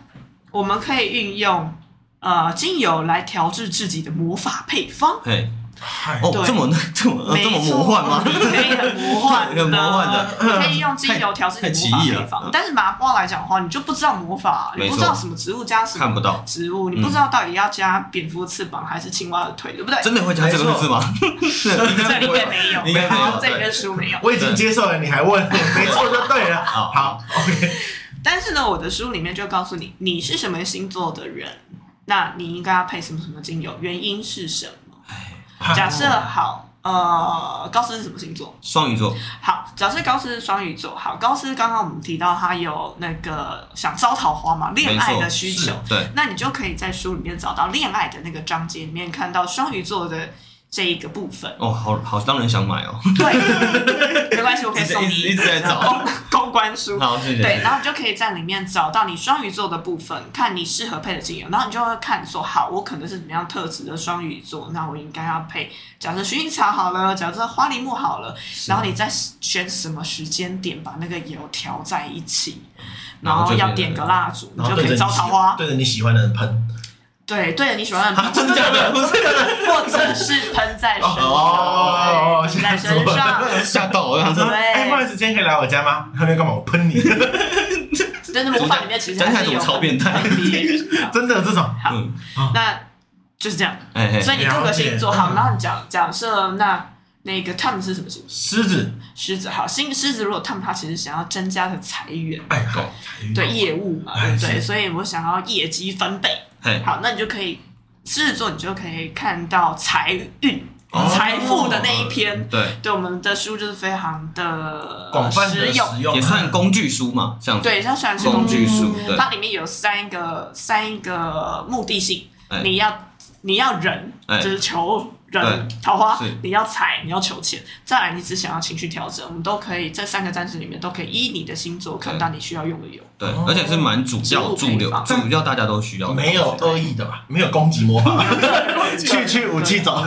我们可以运用呃精油来调制自己的魔法配方，嘿，嗨哦，对这么这么这么没错魔幻吗？ 可以很魔幻的， 很魔幻的你可以用精油调制你太的奇魔法异了嗯配方。但是麻瓜来讲的话，你就不知道魔法，没你错不知道什么植物加什看不么到，植物，你不知道到底要加蝙蝠翅膀还是青蛙的腿，对不对？真的会加这个字吗？啊这里面没有，应该没有然后这里对面书没有。我已经接受了，你还问， 没错就对了。好好，OK，但是呢，我的书里面就告诉你，你是什么星座的人，那你应该要配什么什么精油，原因是什么？假设好，呃，高斯是什么星座？双鱼座，好，假设高斯是双鱼座，好，高斯刚刚我们提到他有那个想烧桃花嘛，恋爱的需求，对，那你就可以在书里面找到恋爱的那个章节里面看到双鱼座的这一个部分。哦，好好让人想买哦。 对，没关系，我可以送你一直一直在 找公公关书。好，谢谢。对，然后你就可以在里面找到你双鱼座的部分，看你适合配的精油，然后你就会看说，好，我可能是怎么样特质的双鱼座，那我应该要配，假设薰衣草好了， 假设花梨木好了，然后你再选什么时间点把那个油调在一起，然然后后就要变点成个蜡烛，你然后就对可着以你招桃花。对着你喜欢的人喷，对，对着你喜欢的啊，人真的哦 假的？不是或者是喷在身上，哦对喷在吓身死我上，吓到我，我想他说说，对哎，不好意思，今天可以来我家吗？他们干嘛？我喷 你，就是魔法里面其实讲起还来是怎么有超变态？ 很厉害的地方真的这种，嗯， 那就是这样。哎哎，所以你各个星座了解好，然后你讲假设那那个 Tom 是什么星座？狮子，狮子好，星狮子如果 Tom 他其实想要增加的财源，哎，好，对业务嘛，哎对不对？是哎所以我想要业绩翻倍，嘿，好，那你就可以狮子座，你就可以看到财运哦、财富的那一篇。对，对，我们的书就是非常的广泛实的用，使用也算工具书嘛，这样子。对，它虽然是工具书，嗯对，它里面有三个三个目的性，哎你要你要人，哎就是求人对桃花是，你要财，你要求钱，再来你只想要情绪调整，我们都可以在三个战士里面都可以依你的星座看到你需要用的油。对哦，而且是蛮主要、植主物配流、方主要大家都需要的。没有恶意的吧？ 没有攻击魔法，去 去武器走。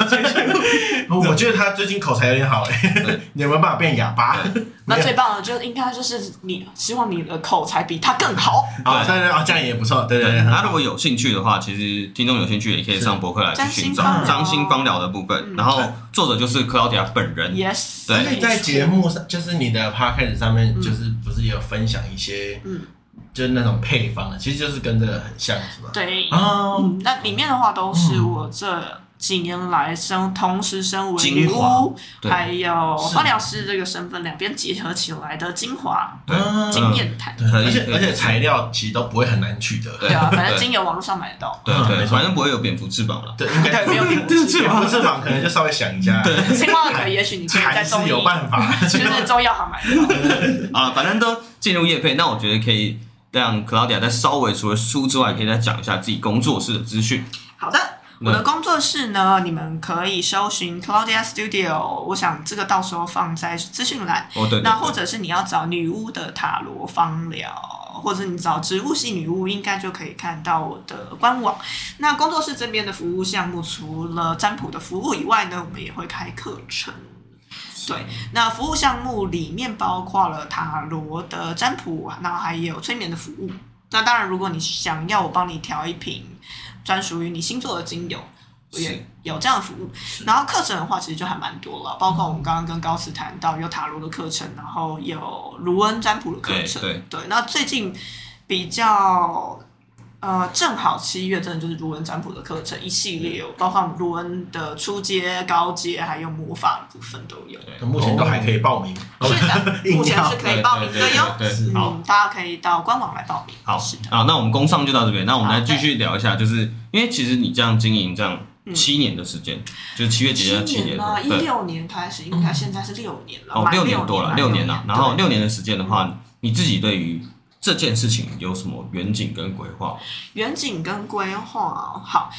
我觉得他最近口才有点好，哎对， 你有没有办法变哑巴？那最棒的就是应该就是你希望你的口才比他更 好，啊，对对啊，这样也不错，对对对，对。那如果有兴趣的话，其实听众有兴趣也可以上博客来去寻找占星方疗嗯张新芳疗的部分。然后作者就是 Claudia 本人， yes，对所以在节目上，就是你的 podcast 上面，就是不是也有分享一些，嗯，就是那种配方的，其实就是跟这个很像，是吧？对，啊，嗯，那里面的话都嗯是我这几年来生同时身为女精华巫，对还有是化疗师这个身份两边结合起来的精华对嗯经验谈。对，可以而且可以而且材料其实都不会很难取得，对。对啊，反正精油网络上买得到 对嗯没对，错反正不会有蝙蝠翅膀了。对，应该对，啊没有蝙蝠对翅 翅膀膀翅膀可能就稍微想 一下，对，青蛙可以，也许你可以在还中是医，有办法，就是中药行买得到。啊，反正都进入夜配，那我觉得可以让 Claudia 再稍微除了书之外，可以再讲一下自己工作室的资讯。好的。我的工作室呢，你们可以搜寻 Claudia Studio，我想这个到时候放在资讯栏。哦，对，对那对或者是你要找女巫的塔罗芳疗，或者你找植物系女巫，应该就可以看到我的官网。那工作室这边的服务项目，除了占卜的服务以外呢，我们也会开课程。对，那服务项目里面包括了塔罗的占卜，啊那还有催眠的服务。那当然，如果你想要我帮你调一瓶专属于你星座的精油，我也是有这样的服务。然后课程的话，其实就还蛮多了，包括我们刚刚跟高斯谈到有塔罗的课程，然后有卢恩占卜的课程。对那最近比较呃，正好七月真的就是卢恩占卜的课程一系列有，包括我们卢恩的初阶、高阶，还有魔法的部分都有。对目前都还可以报名，，是的 硬要目前是可以报名的哟。对对对对对，好。嗯，大家可以到官网来报名。好是的，啊，那我们工上就到这边，那我们好来继续聊一下，就是因为其实你这样经营这样嗯七年的时间，就是七月几日七七年年了，的，一对，六年开始，应该现在是六年了，哦，满六年年多了，满六六年了。然后对六年的时间的话，你自己对于这件事情有什么远景跟规划？远景跟规划哦好。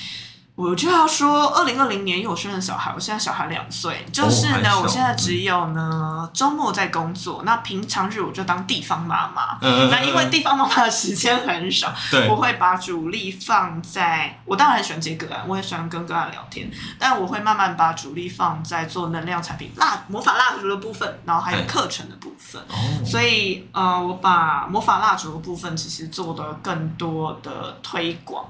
我就要说，二零二零年因为我生了小孩，我现在小孩两岁，就是哦还呢，小嗯我现在只有呢周末在工作，那平常日我就当地方妈妈。嗯那因为地方妈妈的时间很少，对我会把主力放在我当然很喜欢接个案，我也喜欢跟个案聊天，但我会慢慢把主力放在做能量产品蜡魔法蜡烛的部分，然后还有对课程的部分。哦，所以呃，我把魔法蜡烛的部分其实做的更多的推广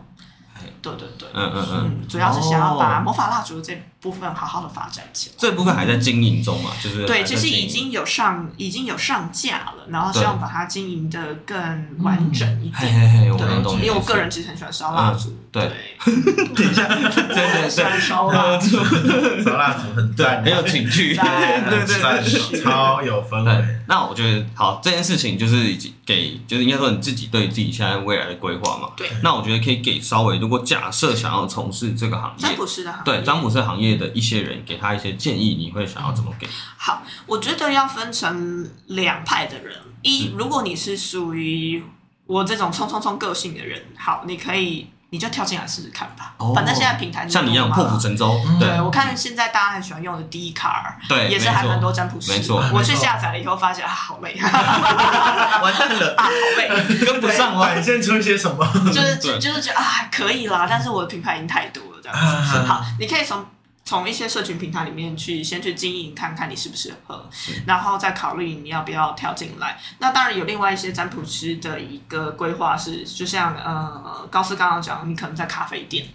哎。对对对，嗯嗯嗯，主要是想要把哦魔法蜡烛这部分好好的发展起来。这部分还在经营中嘛，就是对，还其在实经营已经有上已经有上架了，然后希望对嗯把它经营的更完整一嘿点。嘿嘿，我能懂对，你的意思，因为我个人其实很喜欢烧蜡烛，嗯对对，等一下，对对喜欢 对，烧蜡烛，烧蜡烛很对，赞，很有情趣，赞对对对赞。超有氛对围，，那我觉得好，这件事情就是已经给，就是应该说你自己对自己现在未来的规划嘛。对那我觉得可以给稍微，如果假设想要从事这个行占业，卜师的行业，对占卜师行业业的一些人给他一些建议，你会想要怎么给？好，我觉得要分成两派的人。一，如果你是属于我这种冲冲冲个性的人，好，你可以你就跳进来试试看吧。哦反正现在平台那么像你一样多嘛破釜沉舟，嗯对，对我看现在大家很喜欢用的 D 卡，对，也是还蛮多占卜师。哎没错我去没错下载了以后发现啊， 好累， 啊，完蛋了，好累。跟不上哦。 展现出一些什么？ 就是对就是觉得啊还可以啦，但是我的品牌已经太多了这样啊子。好，你可以从从一些社群平台里面去先去经营，看看你适不适合，然后再考虑你要不要跳进来。那当然有另外一些占卜师的一个规划是，就像呃高斯刚刚讲，你可能在咖啡店。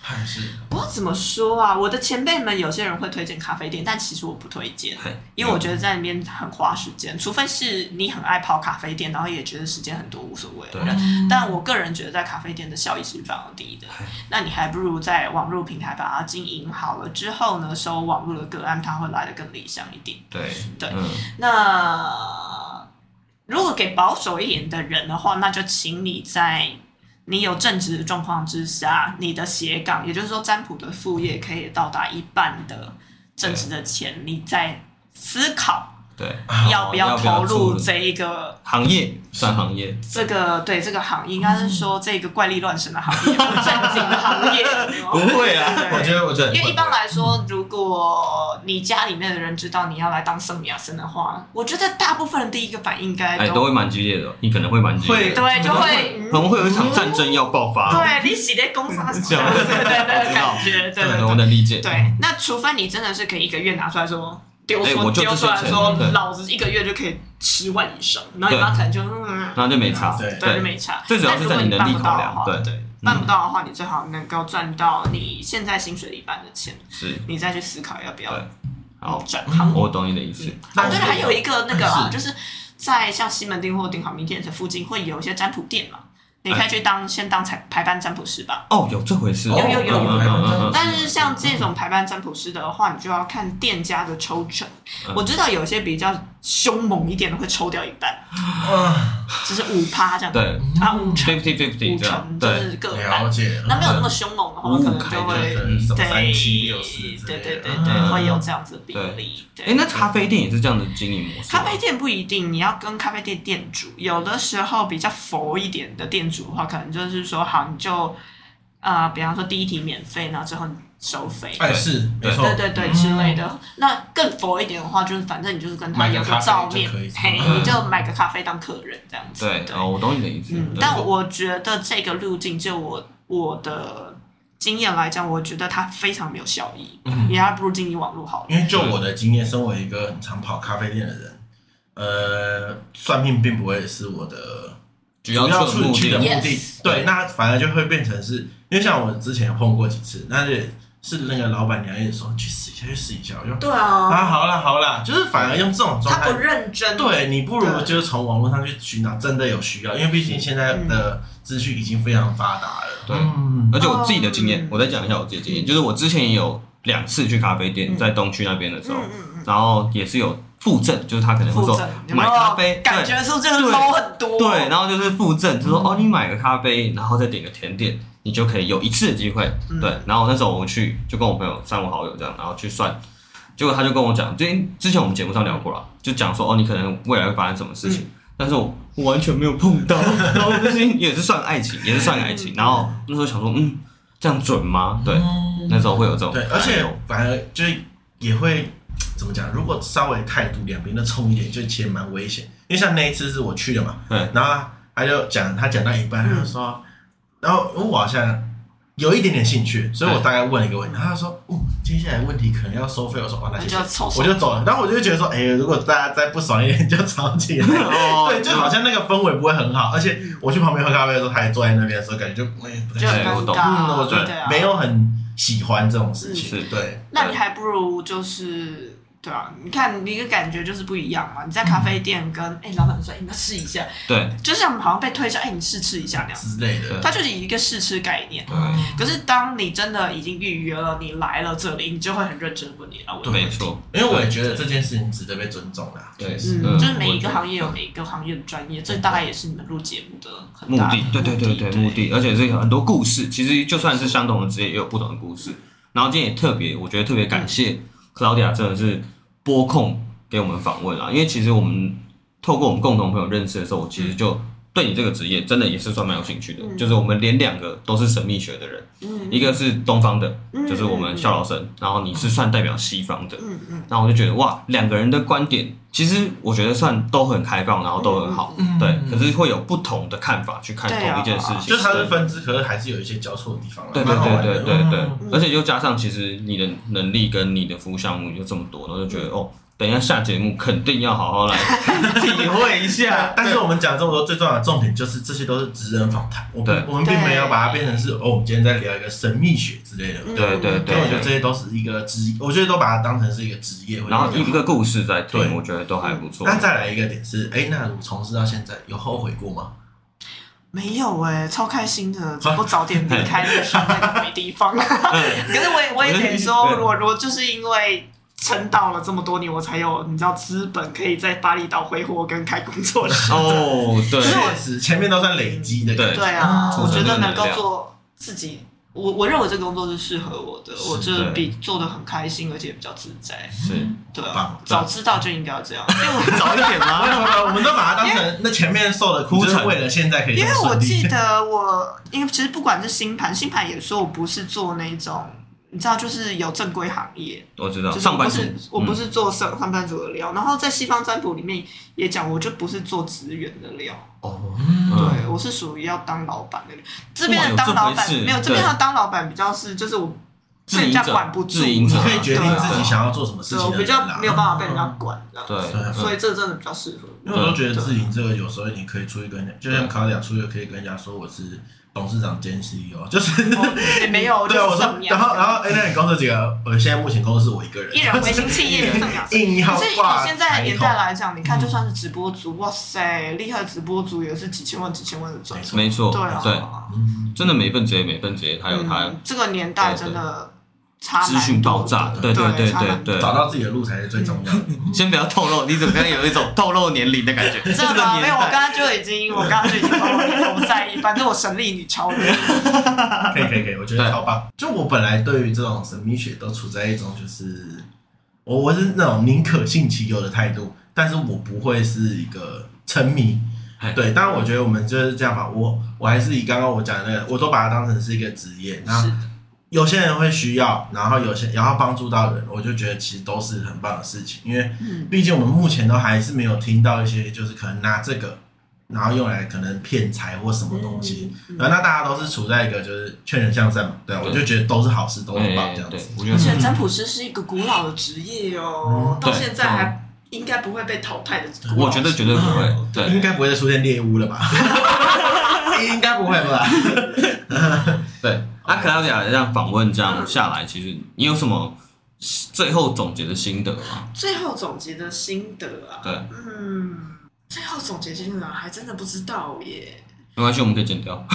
还是我怎么说啊？我的前辈们有些人会推荐咖啡店，但其实我不推荐，嘿因为我觉得在那边很花时间，除非是你很爱泡咖啡店，然后也觉得时间很多无所谓嗯的人。但我个人觉得在咖啡店的效益是非常低的，哎那你还不如在网络平台把它经营好了之后呢，收网络的个案，它会来的更理想一点。对对嗯，那如果给保守一点的人的话，那就请你在你有正职的状况之下，你的斜杠，也就是说占卜的副业可以到达一半的正职的钱，你再思考对，要不要哦要不要投入做这一个行业算行业，这个对这个行业，应该是说这个怪力乱神的行业， 不正经的行业。不会啊对我觉得，我觉得因为一般来说，如果你家里面的人知道你要来当圣米亚森的话，我觉得大部分人第一个反应应该哎，都会蛮激烈的，你可能会蛮激烈会的，对，就 会可能嗯会有一场战争要爆发，对你洗的工伤什么这样的，对对对，我知道感觉对对我对能理解，对。那除非你真的是可以一个月拿出来说。丢哎出我就丢这些出来钱说对，老子一个月就可以十万以上，然后你对妈可能就嗯，那就没差，对对，就没差。最主要但是如果在你你能力办不考到的量话对对，嗯办不到的话，你最好能够赚到你现在薪水的一半的钱，是，你再去思考要不要对好，转行。我懂你的意思，啊，那对我了，还有一个那个啊，就是在像西门町或鼎好名店这附近会有一些占卜店嘛，你哎可以去当先当排排班占卜师吧。哦，有这回事哦，有有有有嗯嗯嗯嗯嗯但是像这种排班占卜师的话，你就要看店家的抽成。嗯我知道有些比较凶猛一点的会抽掉一半，嗯就是五趴这样。 对啊，五成，fifty 五 fifty 这样成，就对，嗯是各了半。解。嗯那没有那么凶猛的话，五五可能就开会这样对，什么对三七六四之对类的对对嗯对，会有这样子的比例。对哎，那咖啡店也是这样的经营模式吗，咖啡店不一定，你要跟咖啡店店主，有的时候比较佛一点的店主的话，可能就是说，好，你就呃，比方说第一题免费，然后之后你收费，哎是没错，嗯对对对之类的。那更佛一点的话，就是反正你就是跟他买个有个咖啡照就面可以，嘿，嗯你就 买个咖啡当客人这样子。对，哦，我懂你的意思嗯，，对但我觉得这个路径，就我我的经验来讲，我觉得它非常没有效益，嗯也还不如经营网络好了。因为就我的经验，身为一个很常跑咖啡店的人，呃，算命并不会是我的主要去的出目去的目的 Yes 的。对，那反而就会变成是，因为像我之前有碰过几次，但是是那个老板娘一直说去试一下，去试一下，我就对啊，啊，好啦好啦，就是反而用这种状他态不，认真。对你不如就是从网络上去寻找真的有需要，因为毕竟现在的资讯已经非常发达了。对嗯而且我自己的经验嗯，我再讲一下我自己的经验，就是我之前也有两次去咖啡店，嗯在东区那边的时候嗯嗯，然后也是有附赠，就是他可能会附说赠，有没买有咖啡，感对觉是这个 low 很多。嗯对，然后就是附赠，就说哦，你买个咖啡，然后再点个甜点，你就可以有一次的机会。嗯对，然后那时候我去就跟我朋友三五好友这样，然后去算，结果他就跟我讲，就之前我们节目上聊过了，就讲说哦，你可能未来会发生什么事嗯情，但是我我完全没有碰到，然后就是也是算爱情，也是算爱嗯情，然后那时候想说，嗯，这样准吗？对，嗯那时候会有这种对，而且反而就是也会怎么讲？如果稍微态度两边都冲一点，就其实蛮危险。因为像那一次是我去的嘛，对然后他就讲，他讲到一半，嗯他就说，然后因为我好像有一点点兴趣，所以我对大概问了一个嗯问题，然后他说，哦，接下来问题可能要收费，我说，哦，那那谢就谢要凑手我就走了。然后我就觉得说，哎、如果大家再不爽一点，就吵 起来。哦对，就好像那个氛围不会很好，而且我去旁边喝咖啡的时候，他还坐在那边的时候，感觉就我也不太就很喜对我尴懂嗯，尬，我觉对得啊没。有很喜欢这种事情。嗯是对，那你还不如就是。对啊，你看你的感觉就是不一样嘛。你在咖啡店跟哎、老板说，哎、你要试一下，对就像好像被推销，哎、你试吃一下那样子。之类的对。它就是一个试吃概念。对，可是当你真的已经预约了，你来了这里，你就会很认真地问你啊，我没错，因为我也觉得这件事情值得被尊重啦。对，嗯，就是每一个行业有。有每一个行业的专业，这大概也是你们录节目的很目大的，对对对对对，目的，而且是有很多故事。其实就算是相同的职业，也有不同的故事。然后今天也特别，我觉得特别感谢 Claudia 真的是拨空给我们访问啦，因为其实我们透过我们共同朋友认识的时候，我其实就对你这个职业真的也是算蛮有兴趣的，嗯就是我们连两个都是神秘学的人，嗯一个是东方的，嗯就是我们肖老生，然后你是算代表西方的，嗯嗯，然后我就觉得哇，两个人的观点其实我觉得算都很开放，然后都很好，嗯对嗯，可是会有不同的看法去看对啊同一件事情，就是它是分支，可是还是有一些交错的地方啦，对对蛮好玩对的对对对嗯，而且又加上其实你的能力跟你的服务项目有这么多，然后就觉得哦，等一下下节目肯定要好好来 体会一下。但是我们讲这么多，最重要的重点就是这些都是职人访谈，我们对我们并没有对把它变成是哦，我们今天在聊一个神秘学之类的。嗯对对因为我觉得这对，些都是一个职，我觉得都把它当成是一个职业。然后一一个故事在对听，我觉得都还不错。那再来一个点是，哎，那我从事到现在有后悔过吗？没有哎、超开心的，怎么不早点离开这个伤害的没地 方？嗯 可是我也我也得我说觉，得我我就是因为撑到了这么多年，我才有你知道资本可以在巴厘岛挥霍跟开工作室。哦，对可是我确实，前面都算累积的。对对啊，嗯我觉储存得这能个能够量做自己，我我认为这个工作是适合我的，是我这对比做的很开心，而且比较自在。是对啊棒，早知道就应该要 这样，因为我早一点没有吗？没有，我们都把它当成那前面受的苦，铺就陈是为了现在可以因这么为我顺利。记得我，因为其实不管是星盘，星盘也说我不是做那种。你知道，就是有正规行业，我嗯知道，就是我上不班族是，我不是做上上班族的料，然后在西方占卜里面也讲，我就不是做职员的料，哦，嗯，对，我是属于要当老板的。这边的有当这老回板事没有，这边对的当老板比较是就是我被自人营家者管不住，啊自营者你可以决定自己想要做什么事对啊我情的比人啦。嗯较没有办法被人家管，这样对，啊对所以这真的比较适 合因为我都觉得自营这个有时候你可以出去跟人家，就像卡里亚出去可以跟人家说我是董事长兼 CEO，就是我，也没有，对哦啊就我是说上，然后然后哎，那你公司几个？我现在目前公司我一个人，一人为心企业上扬。硬要可是以挂现在的年代抬头，来讲，你嗯看就算是直播主，哇塞，厉害的直播主也是几千万、几千万的赚没，错没错，对啊，对，嗯，真的每份职业每份职业，它有它嗯，这个年代真的差蛮多资的讯爆炸，对对对差蛮对对找到自己的路才是最重要的。先不要透露，你怎么样有一种透露年龄的感 觉？真的吗？没有，我刚刚就已经，我刚刚就已经说我不在意，反正我神力女超 人。可以可以可以，我觉得超棒。就我本来对于这种神秘学都处在一种就是，我我是那种宁可信其有的态度，但是我不会是一个沉迷嗨。对，但我觉得我们就是这样吧。我我还是以刚刚我讲的那个，我都把它当成是一个职业。那是有些人会需要，然后有些然后帮助到人，我就觉得其实都是很棒的事情。因为嗯毕竟我们目前都还是没有听到一些就是可能拿这个，然后用来可能骗财或什么东西。然后那大家都是处在一个就是劝人向善嘛，对啊，对我就觉得都是好事，都很棒哎这样对子。，我觉而得且占卜师是一个古老的职业哦，嗯到对现在还应该不会被淘汰的古老职业。我觉得绝对不 会，应对，该不会再出现猎 物了吧？应该不会吧？对。啊那克劳迪亚这样访问这样下来，其实你有什么最后总结的心得吗？最后总结的心得啊，对，嗯，最后总结心得啊还真的不知道耶。没关系，我们可以剪掉。啊，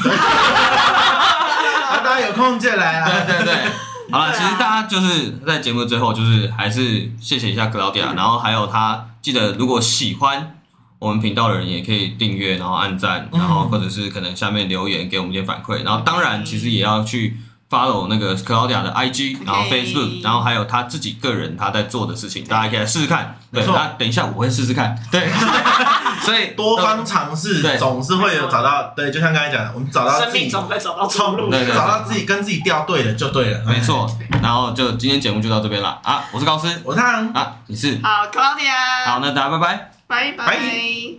大家有空再来对啊。对对。 好了，对啊其实大家就是在节目最后，就是还是谢谢一下克劳嗯迪亚，然后还有他记得，如果喜欢我们频道的人，也可以订阅，然后按嗯赞，然后或者是可能下面留言给我们一些反馈，然后当然其实也要去 follow 那个克劳迪亚的 IG，然后 Facebook，然后还有他自己个人他在做的事情，大家可以来试试看。对，没错那等一下我会试试看。对， 所以多方尝试对总是会有找到，对，就像刚才讲的，我们找到生自命己，总会找到出路。对对对找到自己跟自己掉队了就对了。没，错，然后就今天节目就到这边了啊！我是高斯哎我看。啊，你是好好， ，Claudia，那大家拜拜。拜拜拜。